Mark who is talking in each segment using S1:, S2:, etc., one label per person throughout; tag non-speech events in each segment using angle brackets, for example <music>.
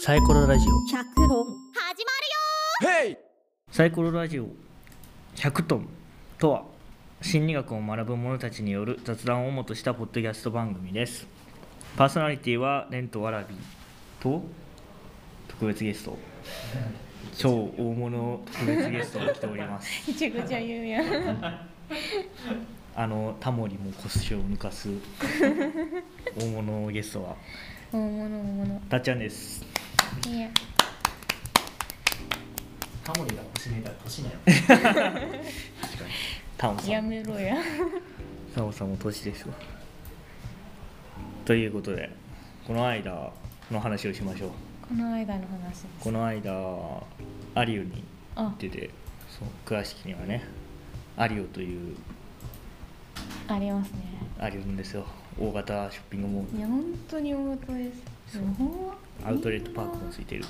S1: サイコロラジオ
S2: 100本
S3: 始ま
S1: サイコロラジオ100トンとは心理学を学ぶ者たちによる雑談を主としたポッドキャスト番組ですパーソナリティはレンとわらびと特別ゲスト超大物特別ゲストが来ております
S2: <laughs> めちゃくちゃ言うやん
S1: あのタモリも腰を抜かす大物ゲストは
S2: 大物大物
S1: たっちゃんです
S2: いいや
S4: タモリが腰抜いたら腰なんや
S1: <laughs> タモさん
S2: やめろや
S1: サモさんも年ですわということでこの間の話をしましょう
S2: この間の話
S1: この間アリオに行
S2: あ
S1: っててそう倉敷にはねアリオという
S2: ありますね
S1: アリオんですよ大型ショッピングモー
S2: いや本当に大事ですすごい
S1: ルアウトレットパークもついてる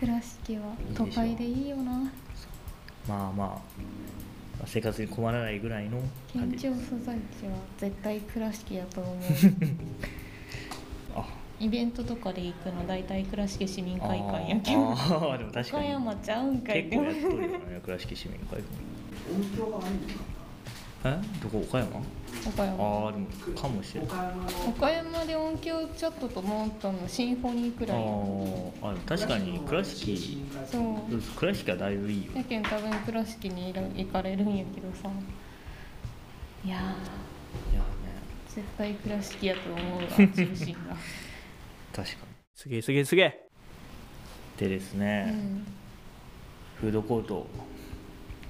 S2: 倉敷はい
S1: いでしょ
S2: 都会でいいよな
S1: まあまあ生活に困らないぐらいの
S2: 県
S1: 感じ
S2: 庁所在地は絶対倉敷やと思
S1: <laughs>
S2: う
S1: あ
S2: イベントとかで行くの大体倉敷市民会館やけ
S1: あ
S2: ど
S1: ーでも確か
S2: 岡
S1: に
S2: 山ちゃうんかい
S1: 結構やっとるよね倉敷市民会館
S4: 音響が悪いんだ
S1: えどこ岡山
S2: 岡
S1: あ
S2: 山
S1: あーでもかもしれない
S4: 岡山の
S2: 岡山で音響ちょっとと思ったのシンフォニーく
S1: あ
S2: らいや
S1: ーあでも確かに倉敷
S2: そう
S1: そうです倉敷はだいぶいいよ
S2: やけん多分倉敷にいら行かれるんやけどさいや
S1: いやね
S2: ー絶対倉敷やと思うわ中心が
S1: <laughs> 確かに
S5: すげえすげえすげえ
S1: でです
S2: う
S1: ね、
S2: ん
S1: フードコート行っ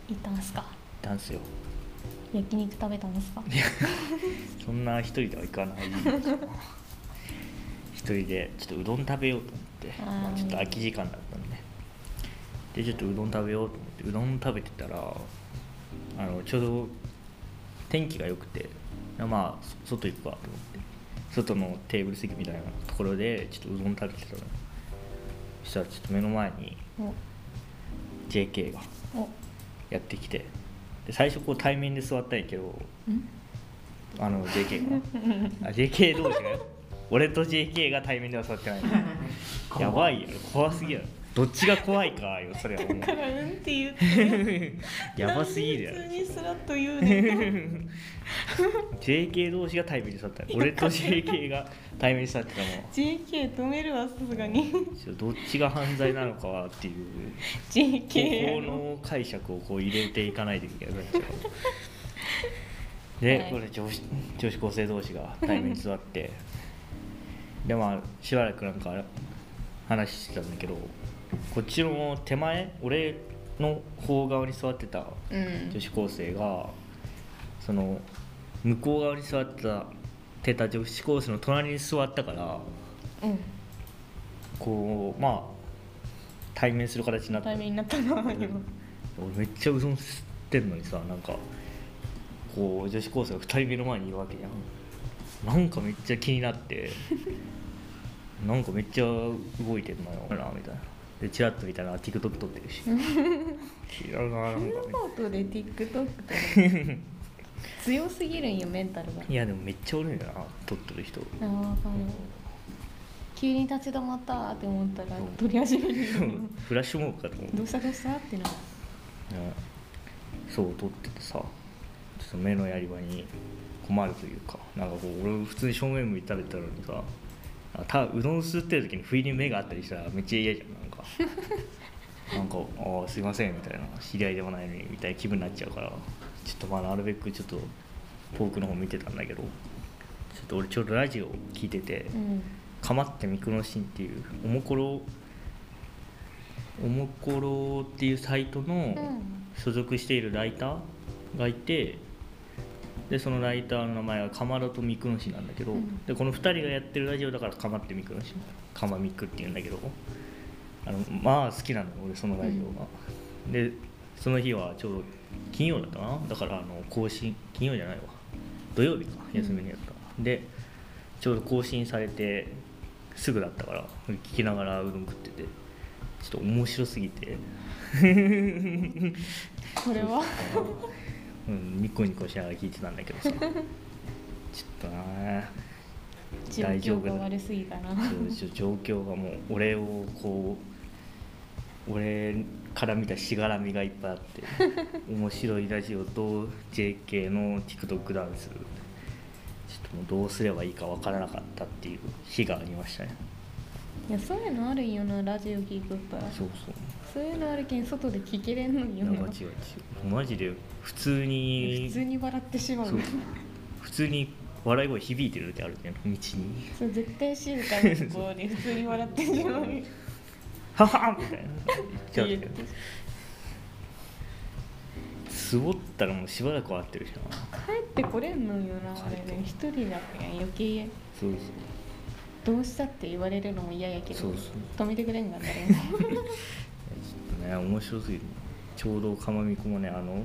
S2: 行ったんすか
S1: たんですよ
S2: 焼肉食べたんすか
S1: そんな一人では行かない一人でちょっとうどん食べようと思って
S2: あー
S1: まあ、ちょっと空き時間だったんででちょっとうどん食べようと思ってうどん食べてたらあのちょうど天気が良くてまあそ外行くかと思って外のテーブル席みたいなところでちょっとうどん食べてたのそしたらちょっと目の前に
S2: お
S1: JK が
S2: お
S1: やってきてで最初こう対面で座ったんやけど
S2: ん
S1: あの JK
S2: <laughs>
S1: があ JK 同士がよ俺と JK が対面では座ってないやばいやろ怖すぎやろどっちが怖いかよそれはもう
S2: からうんって言って
S1: <laughs> やばすぎるや
S2: 普
S1: ろ
S2: <laughs> 通にスラッと言うねん
S1: JK 同士が対面で座った俺と JK が対面で座ってたもん
S2: JK 止めるわさすが
S1: <laughs>
S2: に
S1: ちょどっちが犯罪なのかっていう
S2: JK
S1: 方法の解釈をこう入れていかないといけないなっちゃうで、
S2: はい
S1: これ女子女子高生同士が対面に座ってでまあしばらくなんか話してたんだけどこっちの手前俺の方側に座ってた
S2: うん
S1: 女子高生がその向こう側に座ってたてた女子高生の隣に座ったから
S2: うん
S1: こうまあ対面する形になった
S2: 対面になったな
S1: うん
S2: 今
S1: 俺めっちゃうどん吸ってんのにさなんかこう女子高生が2人目の前にいるわけじゃんなんかめっちゃ気になってなんかめっちゃ動いてんのよなみたいなでチラッと見たら TikTok 撮ってるしいやななんか
S2: コートで TikTok とか
S1: <laughs>
S2: 強すぎるんよメンタルが
S1: いやでもめっちゃおるんだな撮ってる人
S2: あーわかる急に立ち止まったーって思ったら取り始めるよね
S1: <laughs> フラッシュモーブかと思う
S2: どうしたどうしたってな
S1: ねそう撮っててさちょっと目のやり場に困るというかなんかこう俺普通に正面向いて食べてたのにさあたうどん吸ってる時に不意に目があったりしたらめっちゃ嫌じゃんなんかなんか「ああすいません」みたいな「知り合いでもないのに」みたいな気分になっちゃうからちょっとまあなるべくちょっと遠くの方見てたんだけどちょっと俺ちょうどラジオ聞いてて、
S2: うん
S1: かまってミクロシンっていうおもころおもころっていうサイト
S2: う
S1: の
S2: ん
S1: 所属しているライターがいてでそのライターの名前はかまどとミクロシンなんだけど、
S2: うん
S1: でこの2人がやってるラジオだからかまってミクロシンかまミクっていうんだけどあのまあ好きなの俺そのラジオが、でその日はちょうど金曜だったかなだからあの更新金曜じゃないわ土曜日か休みにやった、でちょうど更新されてすぐだったから聞きながらうどん食っててちょっと面白すぎて、
S2: これは
S1: うん、ニコニコしながら聞いてたんだけどさちょっとな
S2: 状
S1: 大丈
S2: 況
S1: 夫だ
S2: が悪すぎたな
S1: ちょ状況がもう俺をこう俺から見たしがらみがいっぱいあって面白いラジオと JK の TikTok ダンスちょっともうどうすればいいか分からなかったっていう日がありましたね
S2: いやそういうのあるんよなラジオ聞くとったら
S1: そうそう
S2: そういうのあるけん外で聞けれんの
S1: い
S2: に
S1: や
S2: よ
S1: マ
S2: な
S1: ジマジマジで普通に
S2: 普通に笑ってしまう
S1: そう普通に笑い声響いてるってあるね道に
S2: そう絶対静かなところで普通に笑ってしまうって
S1: 「ははみたいな
S2: 言っ
S1: 言っちゃ
S2: て
S1: うつぼったらもうしばらく笑ってるしな
S2: 帰ってこれんのよなあれね
S1: 帰
S2: 一人だけん余計
S1: そう
S2: どうしたって言われるのも嫌やけど
S1: そうそう
S2: 止めてくれんが誰も
S1: <laughs> そうね面白すぎるちょうどかまみこもねあの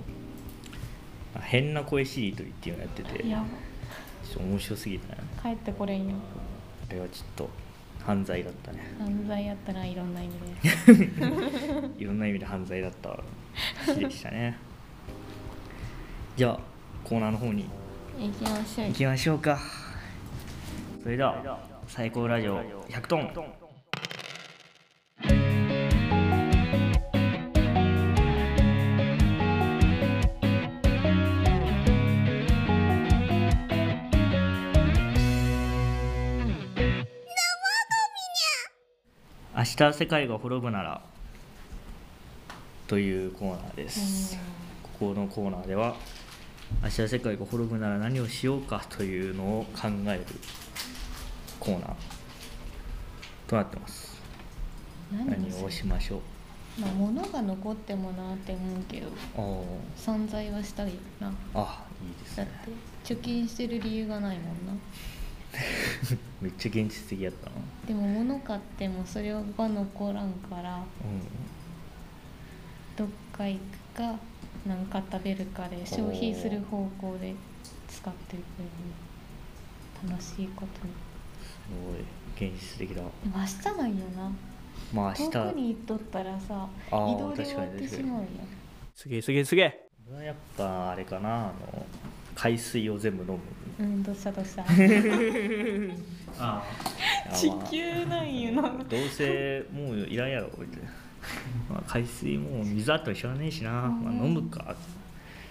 S1: あ変な声しりとりっていうのやっててちょ
S2: やば
S1: っと面白すぎたね
S2: 帰ってこれんよ
S1: あれはちょっと犯罪だったね
S2: 犯罪やったらいろんな意味で
S1: いろんな意味で犯罪だった日でしたねじゃあコーナーの方に
S2: 行きましょう
S1: 行きましょうかそれでは最高ラジオ100トン明日世界が滅ぶならというコーナーですここのコーナーでは明日世界が滅ぶなら何をしようかというのを考えるコーナーとなってます
S2: 何
S1: 何
S2: それ
S1: をしましょう
S2: まあ物が残ってもなって思うけど
S1: あ
S2: 存在はしたいよな
S1: ああいいです
S2: だっ
S1: ね
S2: て貯金してる理由がないもんな
S1: めっちゃ現実的やったな
S2: でも物買ってもそれが残らんから
S1: う
S2: どっか行くか何か食べるかで消費する方向で使っていくよね楽しいこと
S1: ん
S2: に
S1: すごい現実的だ
S2: でも明日なんよな
S1: まあ明
S2: 遠
S1: 日
S2: くに行っとったらさ移
S1: あー
S2: 動で終わっ
S1: 確かに
S2: て
S1: 確か
S2: し
S1: に
S2: まうよ
S3: すげえすげえすげえ
S1: 俺はやっぱあれかなあの海水を全部飲む
S2: うんどうしたどうした
S4: あ
S2: <laughs> 地球なんよな
S1: どうせもういらんやろみ <laughs> たいな、まあ、海水もう水あっても知らねえしな、まあ、飲むか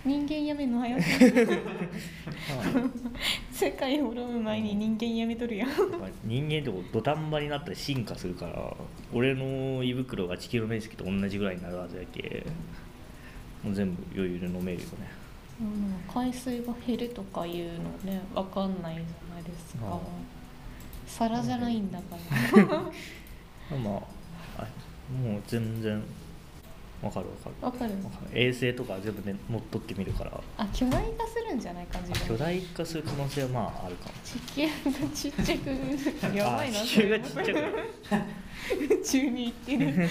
S2: 人間やめんのはよ世界滅ぶ前に人間やめとるやん
S1: まあ人間ってこう土壇場になったら進化するから俺の胃袋が地球の面積と同じぐらいになるはずやけもう全部余裕で飲めるよね
S2: うん海水が減るとかいうのねわかんないじゃないです
S1: あ
S2: か
S1: あ
S2: 皿じゃないんだから
S1: まああもう全然わかるわかる
S2: <laughs> わかる
S1: わかる衛星とか全部ね乗っ取ってみるから
S2: あ巨大化するんじゃないか自
S1: 巨
S2: 分
S1: 大化する可能性はまああるかも
S2: 地球がちっちゃくやばいな
S1: あ地
S2: そ
S1: 球
S2: れ
S1: がちっちゃくなる
S2: 宇宙に行って <laughs> る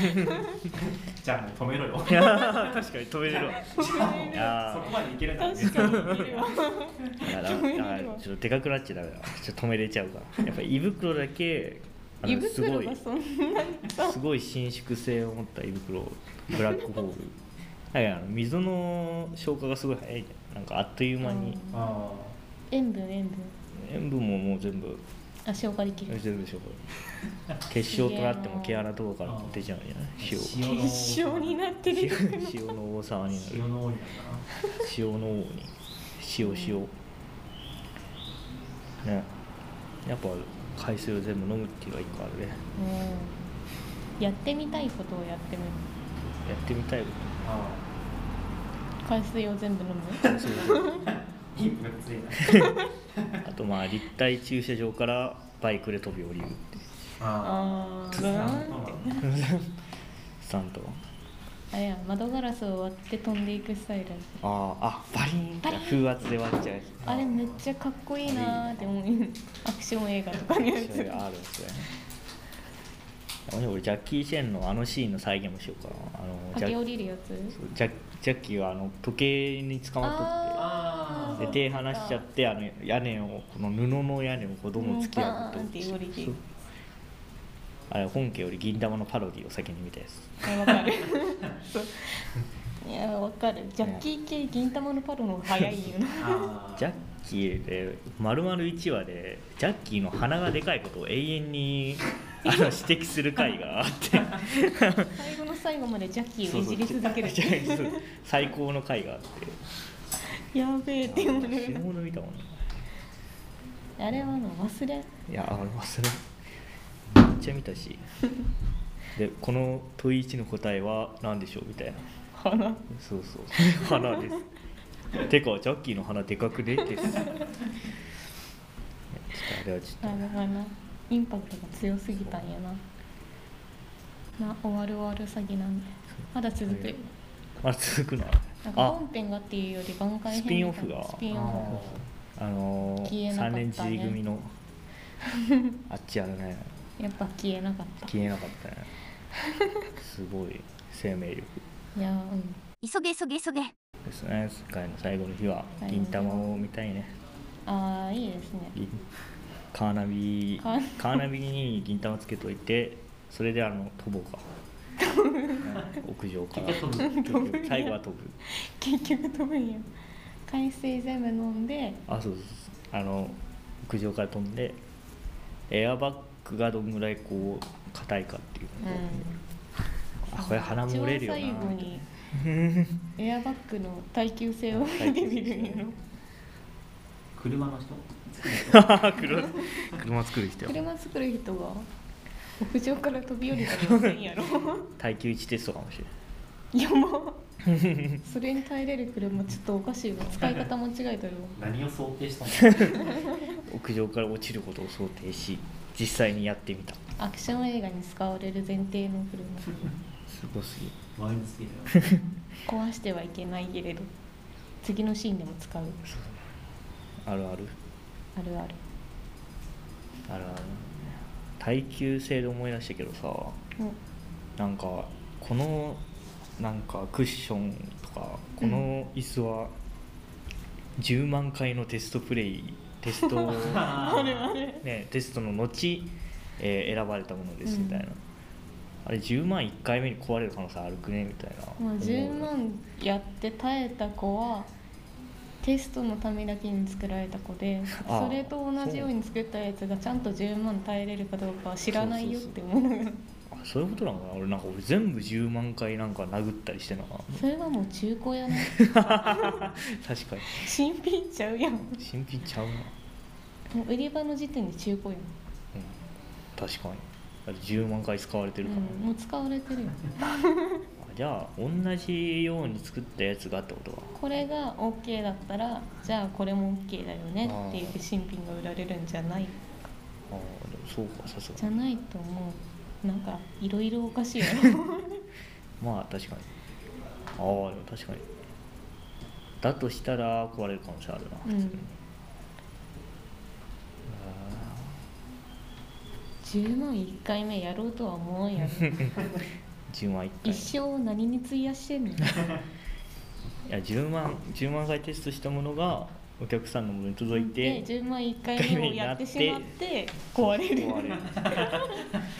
S4: じゃあもう止めろよ
S1: い。やー <laughs> 確かに止めれ <laughs> るわいや
S4: そこまでいけるんだ
S2: 確かにいるわ
S1: ーだから
S2: 止めれるわ
S1: だからちょっとでかくなっちゃダメだちょっと止めれちゃうからやっぱ胃袋だけあ
S2: 胃
S1: のす
S2: 袋
S1: ごい
S2: がそんなに
S1: すごい伸縮性を持った胃袋ブラックホー
S2: <laughs>
S1: ルはいあの水の消化がすごい早いねなんかあっという間に
S2: うん
S4: あ
S2: 塩分塩分
S1: 塩分ももう全部
S2: あ消化できる
S1: 全部消
S2: <laughs>
S1: 化結晶となっても毛穴とかから出ちゃうんじゃない塩
S4: 塩の
S2: 結晶になってる
S1: <laughs>
S2: <laughs>
S1: 塩の大沢になる
S4: 塩の多いんだ
S1: 塩の王に塩塩ねやっぱ海水を全部飲むっていうのは一個あるね
S2: うんやってみたいことをやってみる
S1: やってみたいこ
S4: な。あ
S2: 海水を全部飲む
S1: とそうそう
S4: あ。インプが強いな。
S1: あとまあ立体駐車場からバイクで飛び降りるって
S4: あ
S2: あ
S4: あ。
S2: ーブーンって
S4: て。
S1: スタントは
S2: あれや窓ガラスを割って飛んでいくスタイル
S1: あーあバリーンって風圧で割っちゃう
S2: あれめっちゃかっこいいなーって思うアクション映画とかのや
S1: それ
S2: つ
S1: があるんですよねでもね俺ジャッキー・チェンのあのシーンの再現もしようかなあのジャ
S2: 駆け
S1: ッ
S2: 降りるやつ
S1: そうジャッジャッキーはあの時計に捕まっ
S4: あ
S1: とっ
S4: ー
S1: てで手離しちゃってあの屋根をこの布の屋根をこうどんどん突き破
S2: うんバーンって降り
S1: って
S2: て
S1: そうあれ本家より銀玉のパロディを先に見たやつ
S2: あわかるそう
S1: <laughs>
S2: いやわかるジャッキー系銀玉のパロの方が早いよな
S4: あー
S1: ジャッキーで丸々1話でジャッキーの鼻がでかいことを永遠にあの指摘する回があって
S2: 最後の最後までジャッキー
S1: そ
S2: を
S1: う
S2: <laughs> い
S1: そう
S2: じり続ける
S1: ジャッキー <laughs> そう最高の回があって
S2: やべえって思う
S1: 死ぬほど見たもんね
S2: あれはあの忘れ
S1: いやあれ忘れめっちゃ見たしでこの問い1の答えは何でしょうみたいな
S2: 花
S1: そうそう花ですてかジャッキーの花でかくね
S2: <laughs>
S1: ってちょっとあれはち
S2: あ
S1: ょっ
S2: の花インパクトが強すぎたんやなな終わる終わる詐欺なんでまだ続くよ
S1: とまだ続くの
S2: なんか
S1: あ
S2: 本編がっていうより番外編
S1: スピンオフ
S2: みたいな
S1: が
S2: スピンオ
S1: あの
S2: 消え
S1: ー、
S2: なか
S1: 3
S2: ったね
S1: 年 G 組の <laughs> あっちあれね
S2: フやっぱ消えなかった
S1: 消えなかったねすごい生命力
S2: いやーうん
S5: 急げ急げ急げ
S1: ですね世界の最後の日は
S2: 最後の
S1: 銀
S2: 日は
S1: 玉を見たいね
S2: ああいいですね
S1: 銀カーナビ
S2: カーナ
S1: カーナビに銀玉つけといてそれであの飛ぼうか屋上から
S4: 結局飛
S2: ぶ飛ぶ
S1: 最後は飛ぶ
S2: 結局飛ぶんや海水全部飲んで
S1: あそうそうそうあの屋上から飛んでエアバッグがどんぐらいこう硬いかっていうのを、あこれ鼻も折れるよな
S2: 一番最後にエアバッグの耐久性を見てみるんやろ
S4: 車の人
S1: 車車作る人よ
S2: 車作る人が屋上から飛び降りたりはせんやろ
S1: 耐久値テストかもしれない
S2: 山それに耐えれる車ちょっとおかしいわ使い方間違えとるわ
S4: 何を想定したの
S1: 屋上から落ちることを想定し実際にやってみた
S2: アクション映画に使われる前提の
S1: すごすぎる
S4: ワイルドすぎだよ
S2: 車壊してはいけないけれど次のシーンでも使う
S1: あるある
S2: あるある
S1: あるある耐久性で思い出したけどさ
S2: うん
S1: なんかこのなんかクッションとかこの椅子は10万回のテストプレイテスト
S4: あれあれ
S1: ね、テストの後、えー選ばれたものです
S2: うん
S1: みたいな、あれ10万1回目に壊れる可能性あるくねみたいな
S2: まあ、10万やって耐えた子はテストのためだけに作られた子で
S1: ああ
S2: それと同じように作ったやつがちゃんと10万耐えれるかどうかは知らないよって思うのよ
S1: あそういうことなのかな俺なんか俺全部10万回なんか殴ったりしてんのかな <laughs>
S2: それはもう中古やな
S1: 確かに
S2: 新品ちゃうやんも
S1: 新品ちゃうな、うん、
S2: う売り場の時点で中古やん、
S1: 確かにあれ10万回使われて
S2: う
S1: るからね、
S2: ん、もう使われてるよ
S1: あじゃあ同じように作ったやつがってことか
S2: これが OK だったらじゃあこれも OK だよねって言っ
S1: あ
S2: て
S1: あ
S2: 新品が売られるんじゃない
S1: ああでもそうかさす
S2: じ
S1: が
S2: ゃ
S1: に
S2: ないと思うなんかいろいろお
S1: <laughs>
S2: かしいやろ
S1: まあ確かにああでも確かにだとしたら壊れる可能性あるな、
S2: うん10万1回目やろうとは思うんや
S1: <laughs>
S2: ろ
S1: 10万1回
S2: 一生何に費やしてんの
S1: いや10万10万回テストしたものがお客さんのものに届いて
S2: で10万1回目をやってしまって壊れる
S1: 壊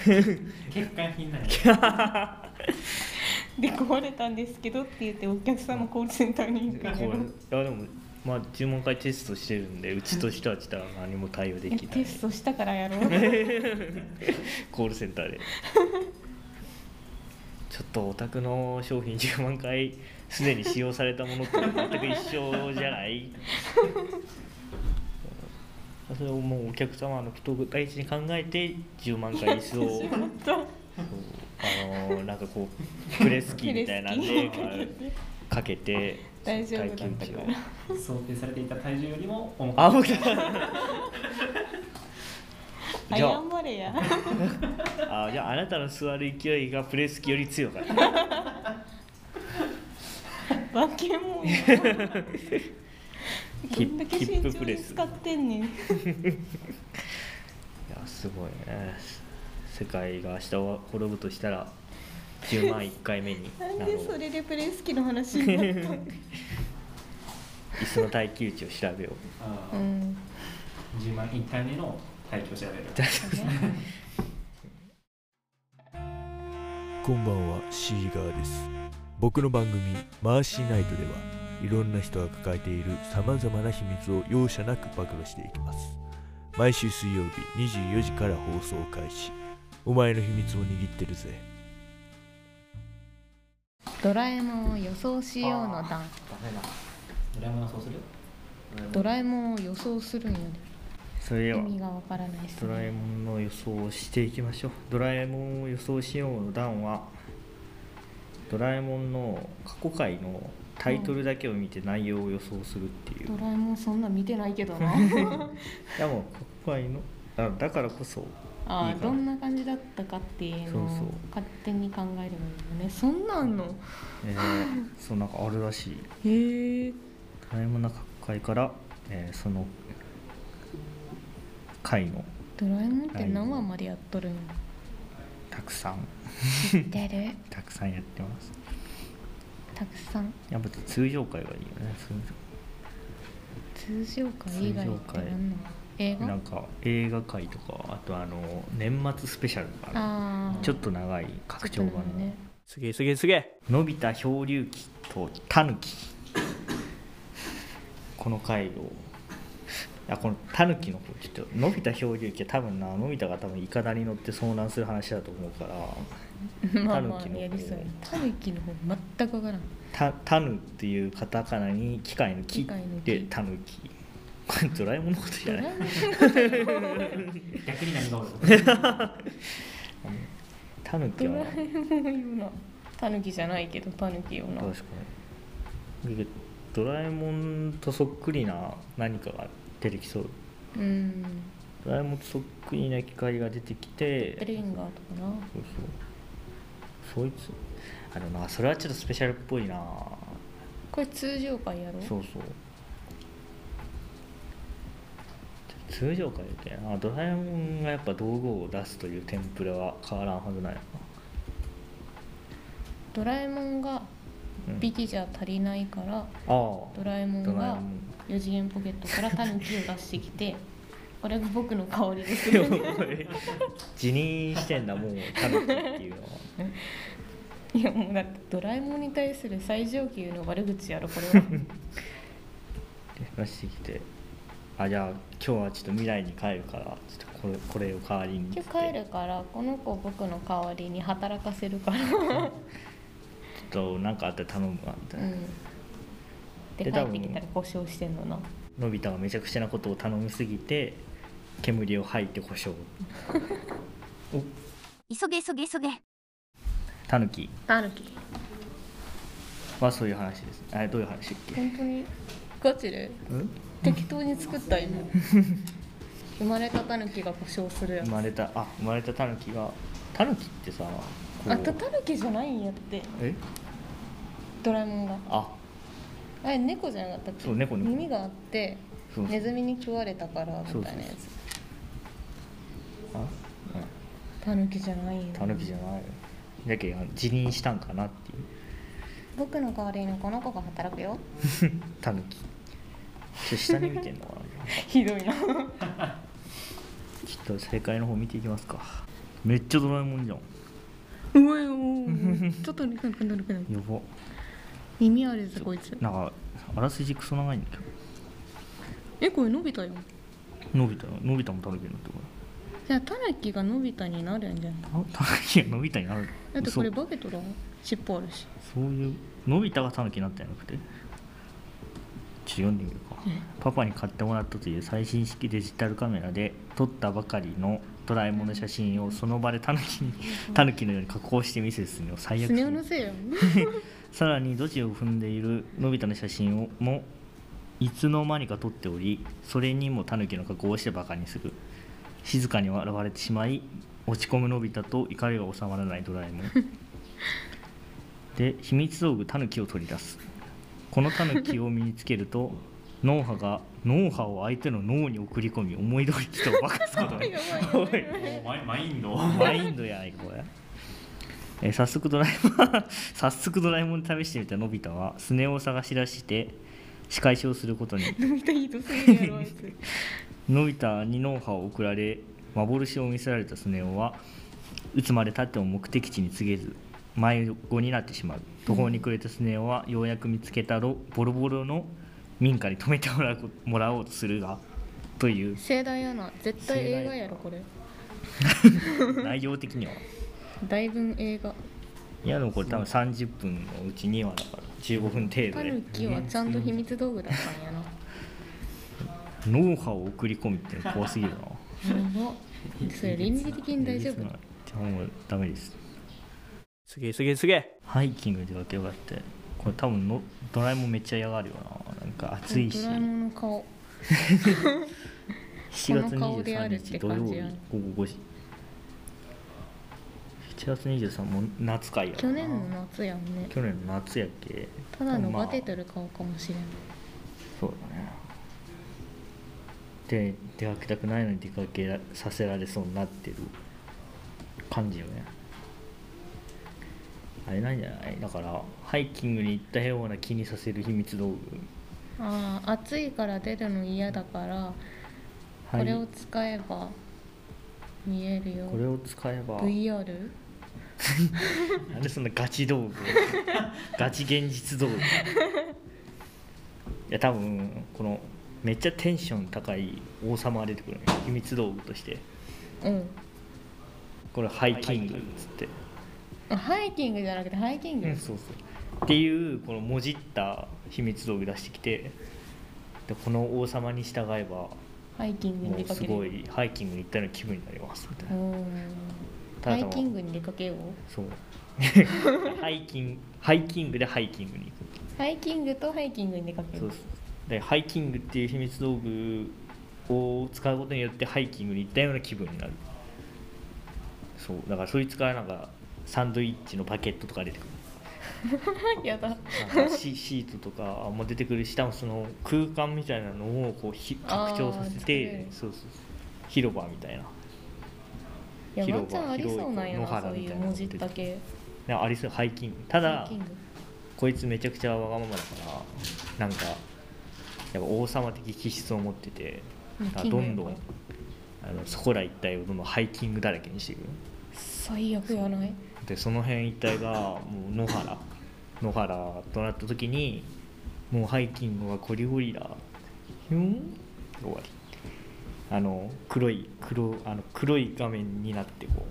S1: れる
S4: 結果品ない
S2: <laughs> で壊れたんですけどって言ってお客様コールセンターに行くんやろ
S1: 壊れるいやでもまあ10万回テストしてるんでうちとしてはちょっと何も対応で
S2: いや
S1: きない
S2: テストしたからやろう
S1: コールセンタ
S2: <laughs>
S1: ーでちょっとお宅の商品10万回すでに使用されたものと全く一緒じゃない
S2: <laughs>
S1: それをもうお客様のことを第一に考えて10万回椅子をそう
S2: また
S1: あのーなんかこうプレスキーみたいなん
S2: プレ
S1: で
S2: スキーをかけて
S1: まあかけて
S2: 大丈夫だったか
S1: 耐
S2: ら
S1: 久値を
S4: 想定されていた体重よりも重か
S1: あ
S4: っ
S1: 僕だじゃあ
S2: 謝
S1: <laughs>
S2: れや
S1: あじゃああなたの座る勢いがプレス機より強かった
S2: 化け
S1: <laughs>
S2: 物やど
S1: 切
S2: んだけ
S1: 切
S2: 慎
S1: 符
S2: 重
S1: プレ
S2: に
S1: ス
S2: 使ってんね
S1: い
S2: ん
S1: やすごいね世界が明日は滅ぶとしたら10万1回目に
S2: なんでそ
S1: あの
S2: れでプレス機の話になったの
S1: 椅子の耐久値を調べよう
S4: たあ
S1: <laughs>
S2: う
S4: ー
S2: ん
S4: 10万1回目の体調調べる
S6: こんばんはシーガーです僕の番組「マーシーナイト」では
S5: いろんな人が抱えているさまざまな秘密を容赦なく暴露していきます毎週水曜日24時から放送開始お前の秘密を握ってるぜ
S2: ドラえもんを予想しようの段
S4: メだドラえもんそうする
S2: ドラえもんを予想するんよね
S1: それ
S2: 意
S1: では
S2: 味がわからないです
S1: ドラえ
S2: ね
S1: もんの予想をしていきましょうドラえもんを予想しようの段はドラえもんの過去回のタイトルだけを見て内容を予想するっていう、
S2: ド
S1: い
S2: ラえもんそんな見てないけど
S1: <laughs>
S2: な
S1: やもう過去回のあだからこそ
S2: あ
S1: いい
S2: あ
S1: かな
S2: どんな感じだったかっていうのを
S1: そうそう
S2: 勝手に考えればいいよねそんなんの
S1: えーそうなんかあるらしい
S2: へえ
S1: ドラえもんの過去回から、えーその回の
S2: ドラえもんって何話までやっとるん
S1: たくさん
S2: 知ってる
S1: たくさんやってます
S2: たくさん
S1: やっぱ通常回がいいよね通常
S2: 通常回以外って何なの映画
S1: なんか映画界とかあとあの年末スペシャルとか
S2: ああ
S1: ちょっと長い拡張版の、
S2: ね <laughs>
S3: すげえすげえすげえ
S1: のび太漂流記とタヌキこの回をあこのタヌキの方ちょっとのび太漂流記は多分なのび太が多分イカダに乗って遭難する話だと思うから
S2: まあま
S1: 狸
S2: あ
S1: の方
S2: やりそうやタヌキの方全くわからん
S1: タタヌっていうカタカナに機械の木
S2: 機械の木
S1: でタヌキこれドラえもんのことじ
S2: ド
S1: ゃ
S2: ラ
S1: ない
S2: えもん
S4: 逆に何がおる
S1: タヌキ
S2: ド
S1: は
S2: ラ
S1: 確か
S2: えもんよなタヌキじゃないけどタヌキよな
S1: にドラえもんとそっくりな何かが出てきそう
S2: うん
S1: ドラえもんとそっくりな機械が出てき
S2: ベ
S1: て
S2: レンガーとかな
S1: そうそうそいつあでもなそれはちょっとスペシャルっぽいな
S2: これ通常回やろ
S1: そうそう通常回であドラえもんがやっぱ道具を出すという天ぷらは変わらんはずないな
S2: ドラえもんが
S1: うん
S2: 1匹じゃ足りないから、
S1: あ
S2: ドラえも
S1: あ
S2: ん
S1: ドラえ
S2: が
S1: もん <laughs>
S2: 4次元ポケットからタヌキを出してきてこれが僕の香りですよ
S1: 辞任してんだもうタヌキっていうのはい
S2: やもうだってドラえもんに対する最上級の悪口やろこ
S1: <laughs>
S2: れは
S1: で出してきてあじゃあ今日はちょっと未来に帰るからちょっとこれこれを代わりにっつ
S2: 今
S1: っ
S2: 日
S1: て
S2: 帰るからこの子僕の代わりに働かせるから
S1: ちょっと何かあったら頼むわみた
S2: う
S1: いな、
S2: んで
S1: で
S2: 帰
S1: 多
S2: っ
S1: 分
S2: てきたら故障してんのな
S1: のび太はめちゃくちゃなことを頼みすぎて煙を吐いて故
S2: <laughs>
S1: 障お
S6: 急げ急げ急げ
S1: タヌキ
S2: タヌキ
S1: はそういう話ですあれどういう話だっけ
S2: 本当にガチで
S1: ん
S2: 適当に作った今生まれたタヌキが故障するや
S1: 生
S2: つ
S1: まれたあ生まれたタヌキがタヌキってさこう
S2: あたタヌキじゃないんやって
S1: え
S2: ドラえもんが
S1: あ
S2: あれ猫じゃなかったっけ
S1: そう猫猫
S2: 耳があって
S1: そうそう
S2: ネズミに食われたからみたいなや
S1: そうそう
S2: つ
S1: あ、うん、
S2: タヌキじゃないよ
S1: タヌキじゃないだけどあの辞任したんかなっていう
S2: 僕の代わりにこの子が
S1: <laughs>
S2: 働くよ
S1: タヌキちょ下に見てんのかな
S2: ひどいな
S1: ちょっと正解の方見ていきますかめっちゃドラえもんじゃん
S2: うわよーちょっとぬくぬくぬくぬく
S1: やば
S2: 耳あるぜこいつ
S1: なんかあらすじクソ長いんだけど
S2: えこれ伸びたよ
S1: のび太のび太もタヌキになってこ
S2: じゃあタヌキが伸びたになるんじゃない
S1: れタタヌキがのび太になる
S2: だってこれ
S1: 嘘
S2: バケットだもん尻尾あるし
S1: そういうのび太がタヌキになったんじゃなくてちょっと読んでみるかパパに買ってもらったという最新式デジタルカメラで撮ったばかりのドラえもんの写真をその場でタヌキにタヌキのように加工して見せるすのを最悪
S2: スネ夫のせいやん
S1: さらに土地を踏んでいるのび太の写真をもいつの間にか撮っておりそれにもタヌキの加工をしてバカにする静かに笑われてしまい落ち込むのび太と怒りが収まらないドラえもんで秘密道具タヌキを取り出すこのタヌキを身につけると脳波が脳波を相手の脳に送り込み思い通り人を化かすことが
S2: やばい
S1: おい
S4: お前マインド <laughs>
S1: マインドやないかこれ。えー早速ドラえもん <laughs> 早速ドラえもんで試してみたのび太はスネ夫を探し出して仕返しをすることに
S2: 伸びたひどすぎるやろあいつ
S1: のび太に脳波を送られ幻を見せられたスネ夫は打つまで経っても目的地に告げず迷子になってしまう途方に暮れたスネ夫はようやく見つけたろボロボロの民家に泊めてもらうこもらおうとするがという
S2: 盛大やな絶対映画やろこれ
S1: 内容的には
S2: だいぶん映画
S1: いやでもこれ多分30分のうち2話だから15分程
S2: タ
S1: 度で
S2: ヌキはちゃんと秘密道具だったんやな
S1: 脳
S2: や
S1: 波を送り込むっていうの怖すぎるな
S2: ばそれ倫理的に大丈夫
S1: じゃあもうダメです
S3: すげえすげえすげえ
S1: ハイキングで分けようがってこれ多分のドラえもんめっちゃ嫌がるよななんか暑いし
S2: ドラえもんの顔
S1: 7月
S2: この顔であるっ
S1: 23日
S2: て
S1: 土曜
S2: 感
S1: 日
S2: じやね
S1: 午後5時7月23もう夏かいやろ
S2: 去
S1: な
S2: 年の夏やんね
S1: 去年の夏やっけ
S2: ただの
S1: まあ
S2: バテてる顔かもしれない、
S1: そうだねで出かけたくないのに出かけらさせられそうになってる感じよねあれなんじゃないだからハイキングに行ったような気にさせる秘密道具
S2: ああ暑いから出るの嫌だからこ
S1: はい
S2: れを使えば見えるよ
S1: これを使えば
S2: VR?
S1: なんでそんなガチ道具を
S2: <laughs>
S1: ガチ現実道具いや多分このめっちゃテンション高い王様が出てくるね秘密道具として
S2: うん
S1: これハイキングっつって、
S2: あハイキングじゃなくてハイキング、
S1: うんそうそうっていうこのもじった秘密道具出してきてでこの王様に従えば
S2: ハイキングに
S1: も
S2: 出
S1: う
S2: か
S1: す
S2: け
S1: ご
S2: る
S1: いハイキングに行ったような気分になりますみたいな
S2: うん
S1: ただ
S2: ハ
S1: で
S2: イ
S1: も
S2: キングに出かけよう
S1: <laughs> そうハイキングハイキングでハイキングに行く
S2: ハイキングとハイキングに出かけ
S1: そ
S2: よ
S1: う
S2: う
S1: ですでハイキングっていう秘密道具を使うことによってハイキングに行ったような気分になるそうだからそいつからなんかサンドイッチのバケットとか出てく
S2: やだ
S1: るなんかシシートとかも出てくるし多分その空間みたいなのをこうひ拡張させ
S2: あー作れ
S1: て
S2: る
S1: そうそうそう広場みたいない
S2: やワン
S1: 広
S2: チ
S1: 場
S2: ャンありそうなんや
S1: 広い野
S2: な
S1: 原
S2: そう
S1: み
S2: い
S1: た
S2: う
S1: いなの
S2: 文字だけ
S1: なんかありそうハイキングた
S2: ハ
S1: だ
S2: イキング
S1: こいつめちゃくちゃわがままだからなんかやっぱ王様的気質を持ってて
S2: うん
S1: だから
S2: キン
S1: ど
S2: グ
S1: ん
S2: や
S1: どん
S2: これ
S1: あのそこら一帯をどんどんハイキングだらけにしていく
S2: 最悪やない
S1: でその辺一帯がもう野原野原となった時にもうハイキングはこりごりだひゅん終わりあの黒い黒あの黒い画面になってこ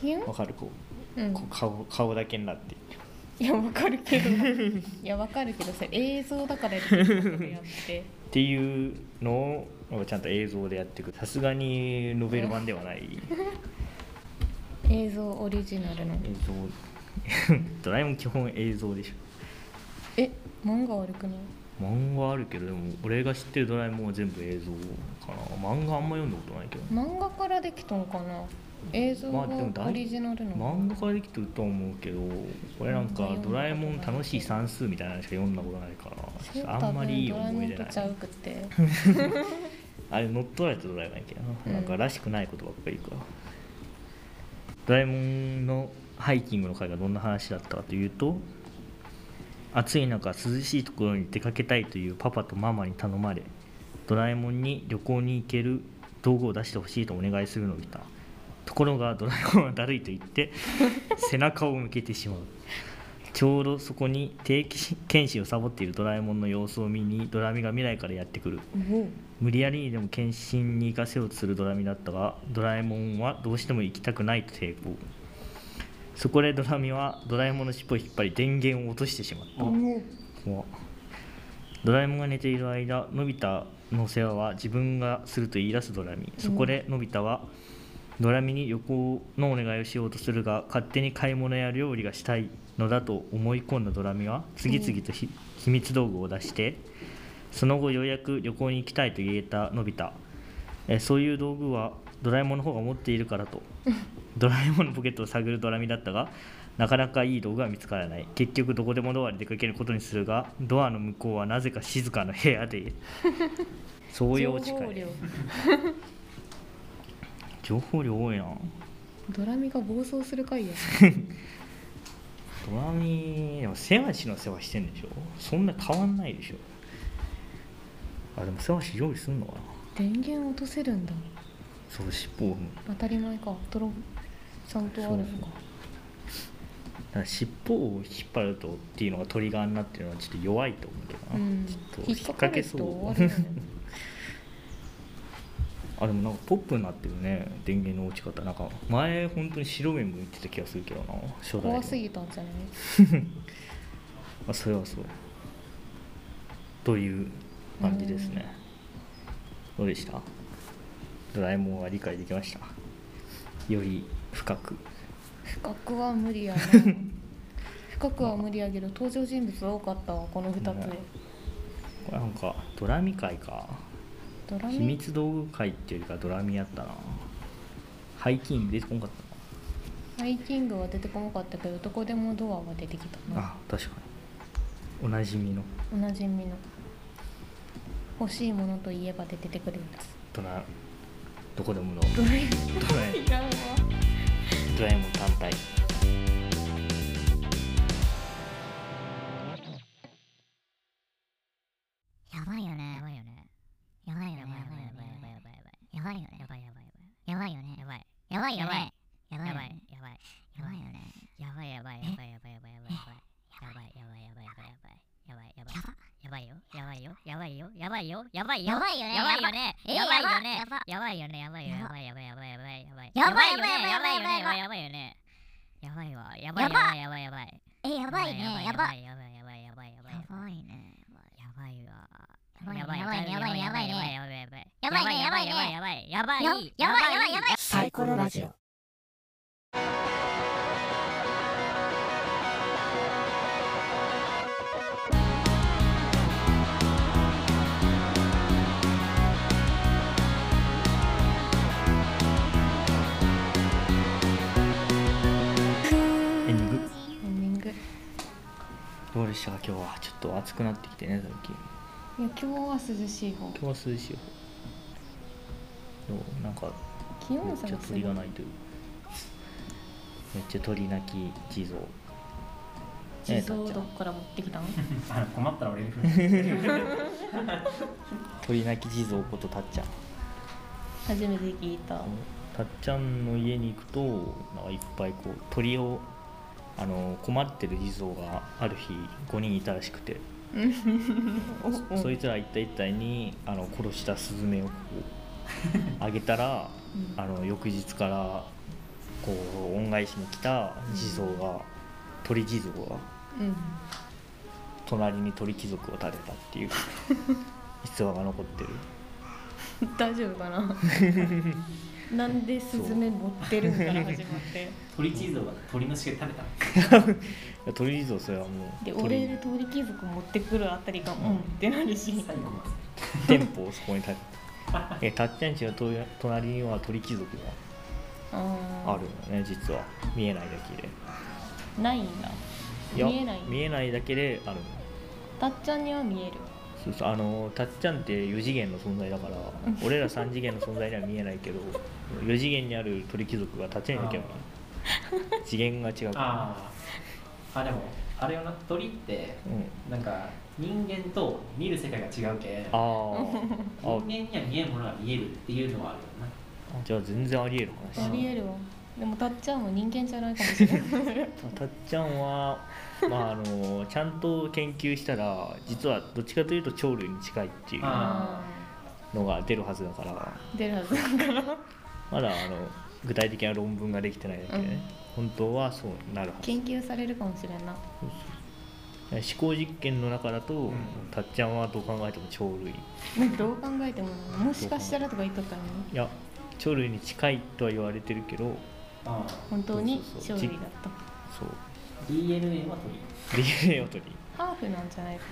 S2: ヒュ
S1: うわかるこ
S2: ンうん
S1: うこう顔顔だけになって
S2: いやわかるけど
S1: <laughs>
S2: いやわかるけどそれ映像だからやって
S1: っていうのをちゃんと映像でやっていくさすがにノベル版ではない
S2: 映像オリジナルの
S1: 映像 <laughs> ドラえもん基本映像でし
S2: え漫画悪くない
S1: ょ漫画あるけどでも俺が知ってるドラえもんは全部映像かな漫画あんま読んだことないけど
S2: 漫画からできたのかな映像
S1: まあでもだい
S2: がオリジナルの、
S1: 漫画からできてるとは思うけど俺なんか「ドラえもん楽しい算数」みたいなのしか読んだことないから
S2: そ
S1: ち
S2: れ
S1: ょっとあんまりいい
S2: 多分
S1: 思い
S2: ド
S1: 出
S2: ラえもん
S1: な
S2: とちゃう
S1: い
S2: くて
S1: <laughs> あれ乗っ取られたドラえもんやけどな,、
S2: うん
S1: なんからしくないことばっかり言うからドラえもんのハイキングの回がどんな話だったかというと暑い中涼しいところに出かけたいというパパとママに頼まれドラえもんに旅行に行ける道具を出してほしいとお願いするのを見たところがドラえもんはだるいと言って
S2: <laughs>
S1: 背中を向けてしまうちょうどそこに定期検診をサボっているドラえもんの様子を見にドラミが未来からやってくる無理やりにでも検診に行かせようとするドラミだったがドラえもんはどうしても行きたくないと抵抗そこでドラミはドラえもんの尻尾を引っ張り電源を落としてしまった怖っドラえもんが寝ている間のび太の世話は自分がすると言い出すドラミそこでのび太はドラミに旅行のお願いをしようとするが勝手に買い物や料理がしたいのだと思い込んだドラミは次々とひ、秘密道具を出してその後ようやく旅行に行きたいと言えたのび太えそういう道具はドラえもんの方が持っているから
S2: <laughs>
S1: とドラえもんのポケットを探るドラミだったがなかなかいい道具は見つからない結局どこでもドアに出かけることにするがドアの向こうはなぜか静かな部屋
S2: <laughs>
S1: で
S2: お
S1: 創
S2: 情
S1: 用地
S2: 報
S1: 会
S2: 量
S1: 情報量多いな
S2: ドラミが暴走する回や
S1: ドラミでも世話しの世話してんでしょそんな変わんないでしょあでも世話し料理すんのかな
S2: 電源落とせるんだ
S1: そう尻尾を
S2: 当たり前か泥ちゃんとあるの
S1: そう
S2: か
S1: から尻尾を引っ張るとっていうのがトリガーになってるのはちょっと弱いと思うけどな、
S2: うん
S1: ちょっと引
S2: 引っ
S1: っ
S2: かか
S1: 掛け
S2: る
S1: そ
S2: と
S1: う
S2: 終わるよね
S1: <laughs> あでもなんかポップになってるね電源の落ち方なんか前本当に白目向いてた気がするけどな初代の
S2: 怖すぎたん
S1: <laughs>
S2: じゃない
S1: あそれはそうという感じですねどうでしたドラえもんは理解できましたより深く
S2: 深くは無理やな深くは無理やけど登場人物多かったわこの2つで、
S1: ねこれなんかドラミ会か
S2: ドラ
S1: 秘
S2: ミ
S1: 密道具会っていうよりかドラミやったなハイキング出てこなかっ
S2: ハイキングは出てこなかったけどどこでもドアは出てき
S1: た
S2: た
S1: な、
S2: な
S1: あ確かにおなじみの
S2: おなじみの欲しいものといえばで出てくるんです
S1: ドラどこでもの
S2: ドラえも
S1: ドラえ
S2: んいらんわ
S1: ドラえもん単体
S6: やばいよね。やばいよね。やばいよね。やばいよね。やばいよね。やばいよね。やばいよね。やばい。やばいよね。やばいよね。やばい。やばいよね。やばいやばいやばいやばいやばいやばいやばいやばいやばいやばいやばいやばいやばいやばいやばいよやばいよやばいよやばいよやばいよやばいよねやばいよねやばいよねやばいよねやばいよやばいやばいやばいやばいやばいやばいよねやばいよねやばいよねやばいわやばいやばいやばいやばいえやばいねやばいやばいやばいやばいやばいやばいねやばいわやばいやばいやばいやばいやばいやばいやばいやばいねやばいねやばいやばいやばいやばいやばいやばい
S7: サイコロラジオ
S1: エンディング
S2: エンディングいや
S1: どうでしたか今日はちょっと暑くなってきてね最近
S2: 今日は涼しい方
S1: 今日は涼しい方どうなんか
S2: 気
S1: め
S2: 温
S1: っ
S2: 差
S1: ちゃ
S2: がすご
S1: 鳥
S2: い
S1: が鳴いてるめっちゃ鳥鳴き地蔵
S2: 地蔵どっから持ってきたの
S4: あ困ったら俺に振る。
S1: 鳥鳴き地蔵ことたっちゃん
S2: 初めて聞いた
S1: たっちゃんの家に行くとなんかいっぱいこう鳥をあの困ってる地蔵がある日5人いたらしくてそそいつら一体一体にあの殺したスズメをこうあげたら、あの翌日からこう恩返しに来た地蔵が、鳥地蔵が
S2: うん
S1: 隣に鳥貴族を立てたって
S2: <laughs>
S1: いう逸話が残ってる
S2: <laughs> 大丈夫か
S1: <laughs>
S2: ななんでスズメ持ってるんから始まって
S4: 鳥チーズは鳥のしげ食べた。
S1: いや鳥地蔵それはもう
S2: で
S1: 鳥
S2: 俺で通り貴族持ってくるあたりがうんってなるし
S4: <laughs> 最後まで
S1: 店舗をそこに建てた
S2: <laughs>
S1: えたっちゃんちのと隣には鳥貴族があ
S2: あ
S1: るのね実は見えないだけで
S2: るないんだ
S1: や
S2: 見えない
S1: 見えないだけであるの
S2: たっちゃんには見える
S1: そうそうあのたっちゃんって4次元の存在だ
S2: <laughs>
S1: から俺ら3次元の存在には見えないけど4次元にある鳥貴族が立ちないだけだから次元が違うから
S4: ああ。あでもあれよな鳥って
S1: うん
S4: なんか人間と見る世界が違うけん。
S1: あー
S4: 人
S1: あ
S4: 間には見えんものが見えるっていうのはあるよな。
S1: じゃあ全然ありえる話
S2: ありえるわでもたっちゃんは人間じゃないかもしれない
S1: たっちゃんは、まあ、あのちゃんと研究したら実はどっちかというと鳥類に近いっていう
S2: あ
S4: あ
S1: のが出るはずだから
S2: ー出るはずだから
S1: まだあの具体的な論文ができてないだけでね、本当はそうなるはず
S2: 研究されるかもしれんな
S1: 思考実験の中だと、
S4: ん
S1: たっちゃんはどう考えても鳥類い
S2: なんかどう考えてももしかしたらとか言っとったのに
S1: や鳥類に近いとは言われてるけど
S4: あ。ああ。
S2: 本当に
S1: そうそうそう
S2: 勝利だった
S1: そう
S4: DNA は鳥。
S1: DNA は鳥
S2: ハーフなんじゃないか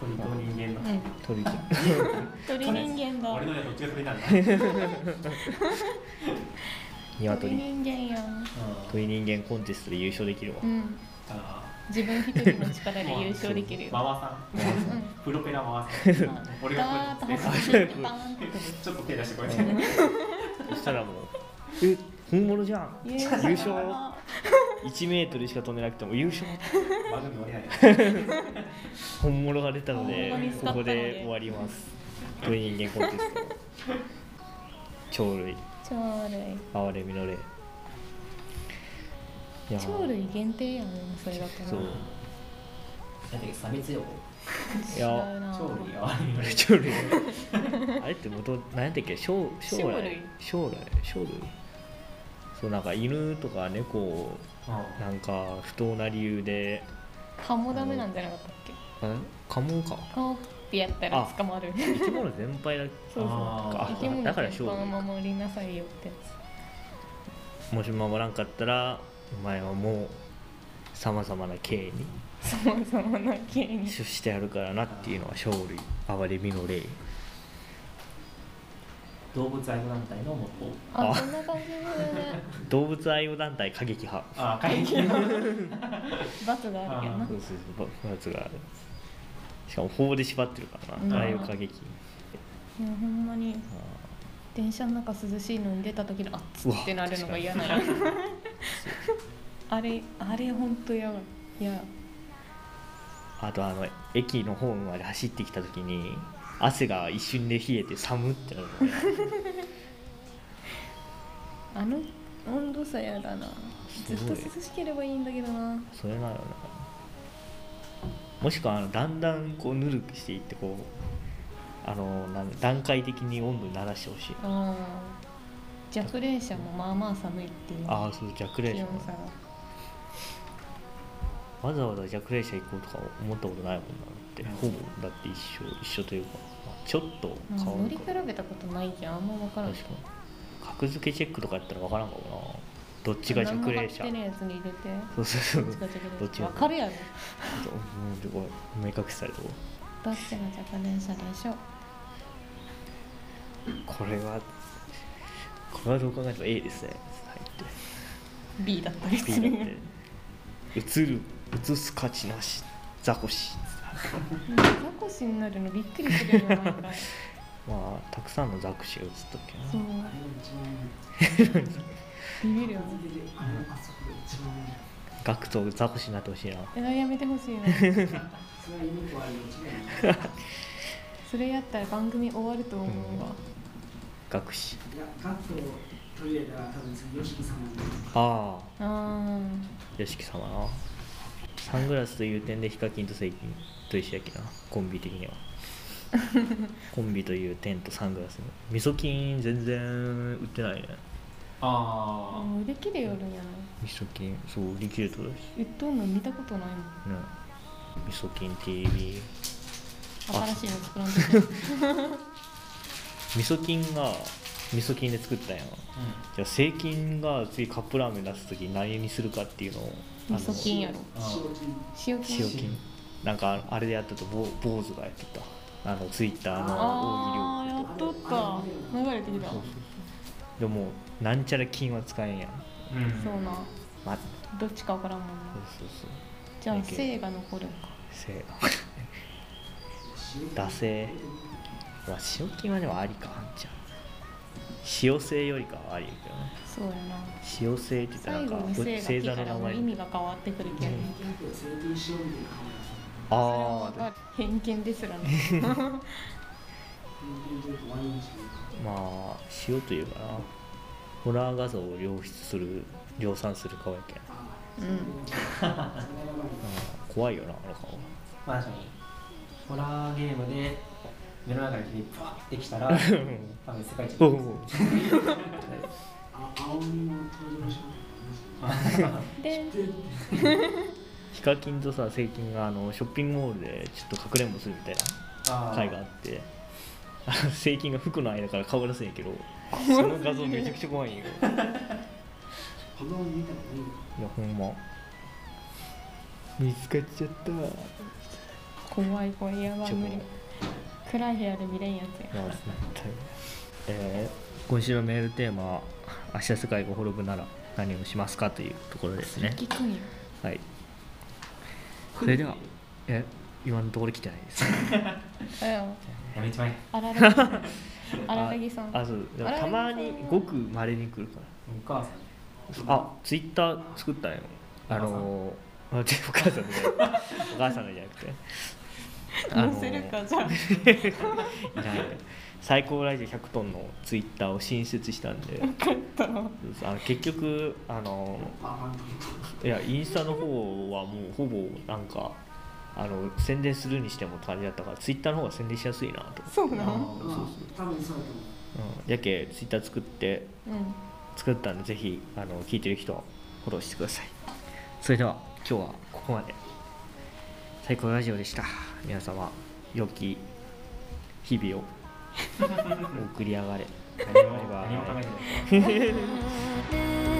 S4: 鳥と人間
S2: う
S4: の。
S2: ん
S1: 鳥じゃん
S2: 鳥人間だ
S4: 俺のやどっちが鳥なんだ。
S2: 鳥
S1: 鶏
S2: 人間やん
S4: うん
S1: 鳥人間コンテストで優勝できるわ
S2: うん
S4: あ
S2: 自分一人の力
S4: ー
S2: で優勝できるよ
S4: マワさん。
S2: うん
S4: プロペラ回せ。俺
S2: ダー
S4: が
S2: ッと
S4: こうやって
S2: 走ってパーンってくる
S4: ちょっと手出してこいって。
S1: そしたらもう「え本物じゃん
S2: 優
S1: 優勝!」1メートルしか飛んでなくても優勝
S4: 番組終わりないね。
S1: 本物が出たので
S2: 本物見つ
S1: こ
S2: かった
S1: こ
S2: ので
S1: で終わります鳥人間コンテスト鳥類
S2: 鳥類
S1: 哀れみの霊いや
S2: 鳥類限定やもんそれだと
S1: そう
S4: だって差別用語
S1: いや
S2: 違うな
S4: 超理由あるよね
S1: 鳥類あれって元何やったっけ将将
S2: 将
S1: 来
S2: 来
S1: 将来将来そうなんか犬とか猫を
S4: あ
S1: なんか不当な理由で
S2: 蚊もダメなんじゃなかったっけ
S1: あカモか
S2: 蚊をピやったら捕まる
S1: 生き物全般だ
S2: <laughs> そうそう
S4: あ
S2: 生き物
S1: だから
S2: 全般を守りなさいよってや
S1: もし守らんかったらお前はもうさまざまな刑に
S2: つそもそもな刑に
S1: 処してやるからなっていうのは勝利哀れみの例
S4: 動物愛護団体のモットー
S2: あ
S1: あ
S2: そんな感じだね
S1: 動物愛護団体過激派
S4: あ会議
S2: 罰があるけどな
S1: そうそうそうばやつがあるしかも法で縛ってるから
S2: うん
S1: なああいう過激
S2: いやほんまに
S1: あ
S2: 電車の中涼しいのに出た時のあっつってなるのが嫌なの <laughs> あれあれほんとやばいいや
S1: あとあの駅のホームまで走ってきた時に汗が一瞬で冷えて寒ってなるのね
S2: あの温度差やだなずっ
S1: す
S2: と
S1: ごい
S2: 涼しければいいんだけどな
S1: それなのよなもしくはあのだんだんこうぬるくしていってこうあのなん段階的に温度に慣らしてほしい
S2: あー弱冷車もまあまあ寒いっていう
S1: ああそう弱冷
S2: 気
S1: 車
S2: 温差が
S1: わざわざ弱冷車行こうとか思ったことないもんなって、
S4: うん
S1: ほぼだって一緒一緒というか、まあちょっと
S2: うん
S1: 変わ
S2: 乗
S1: る
S2: り比
S1: から
S2: べたことないじゃんあんま分からん
S1: 確かに格付けチェックとかやったらわからんかもなどっちが弱冷車
S2: 何も買ってねえやつに入れて
S1: そうそうそう
S2: どっちが弱
S1: ど
S2: 冷
S1: っち
S2: 車
S1: が
S2: 分かるやろ
S1: ちょっとうんすごい目隠しされた
S2: どっちが弱冷車でしょう
S1: これはこれはどう考えても A ですねはい
S2: B だったり
S1: って
S2: す
S1: B
S2: る
S1: だ
S2: <laughs>
S1: って映る映す価値なしザコシ
S2: うんザコシになるのびっくりするよ毎回
S1: まあたくさんのザコシが映ったっけな
S2: そう
S4: あれが一番
S2: ビビるよね
S4: あのあそこが一番
S1: ガクとザコシになってほしいな
S2: えやめてほしいな
S4: それは犬とあるの一番
S2: それやったら番組終わると思うわ、
S1: ガクシ
S7: いや、ガットを取り入れたら多分次、ヨシキさんなんで
S1: ああ
S2: あ
S1: よしき様なサングラスという点でヒカキンとセイキンと一緒やけなコンビ的
S2: <laughs>
S1: にはコンビという点とサングラスの味噌菌全然売ってないね
S2: あ
S4: あ
S2: もう売り切れよるんやな
S1: 味噌菌そう売り切れとるし
S2: 売っとんの見たことない
S1: ね味噌菌 TV
S2: もん新しいの作らんといけない
S1: 味噌菌が味噌菌で作ったんやん
S4: あうん
S1: じゃあセイキンが次カップラーメン出す時何にするかっていうのをあの
S2: 味噌菌やろ
S4: あ
S7: 塩菌
S2: 塩
S1: 塩
S2: 菌
S1: 菌なんかあれでやってた坊坊主がやってたあのツイッターの
S2: あ
S1: 大喜
S2: ー
S1: 利を
S2: やっとった流れてきた
S1: そうそうそうでもなんちゃら金は使えんやん、
S4: うん
S2: そうな
S1: まあ、
S2: どっちか分からんもんな
S1: そうそうそう
S2: じゃ
S1: だ
S2: あ
S1: けど
S2: 性が残るんか
S1: せーの惰性まあ塩金はでもありかあんちゃん塩性よりかはありやけどね
S2: そうやな
S1: 塩性って言ったらな
S2: 最
S1: ん
S2: 後
S1: か
S2: に性が
S1: 星
S2: 来
S1: 座
S2: た
S1: の名
S2: らもう
S1: 前
S2: 意味が変わってくるけ
S7: 結
S1: うん
S2: ど、
S7: 構成菌しようみたいな顔やさ。
S1: あ
S2: それは分
S1: あ
S2: かる偏見です
S1: <laughs>
S2: らね
S7: 人間というかワイン酒の顔
S1: まあ塩というかなホラー画像を量出する量産する顔やけん、う
S7: ああ、
S1: ん
S2: うん
S7: それはまあ
S1: 怖いよなあの顔
S4: まあ確かにホラーゲームで目の中にフィリップができたら多分世界一
S1: お
S4: に
S1: お
S7: あ青みの登場しよ
S2: で
S1: ヒカキンとさセイキンがあのショッピングモールでちょっとかくれんぼするみたいな回があってあの性菌が服の間から顔出すんやけどその画像めちゃくちゃ怖いんよいや
S7: 子供見たらいいの
S1: ほんま見つかっちゃったい
S2: 怖い怖いやばい無理暗い部屋で見れんやつや
S1: や絶対えー今週のメールテーマは「明日世界が滅ぶなら何をしますか?」というところですね
S2: 聞くんよ
S1: はいそれではえ今のところ来てないです
S2: あやば
S4: やめちまえ
S2: あららぎ
S1: <laughs>
S2: さんあららぎさん
S1: あそうでも
S2: あら
S1: たまにごくまれに来るから
S4: お母さん
S1: あツイッター作ったんよあのーあでお母さんじゃないお母さんのじゃなくてあの
S2: 載せるかじゃあ
S1: いらない最高ライジ100トンのツイッターを新設したんであの結局あのいやインスタの方はもうほぼなんかあの宣伝するにしてもって感じだったからツイッターの方が宣伝しやすいなと思って、
S2: <laughs> そうなの
S1: そうそう
S7: 多分そうだと思う
S1: うん、やけツイッター作って
S2: うん
S1: 作ったんでぜひあの聞いてる人はフォローしてくださいそれでは今日はここまで最高のラジオでした皆様良き日
S4: <laughs>
S1: 々を送り上がれバイバイ
S4: 何も考えてない
S6: 「ルールを守る」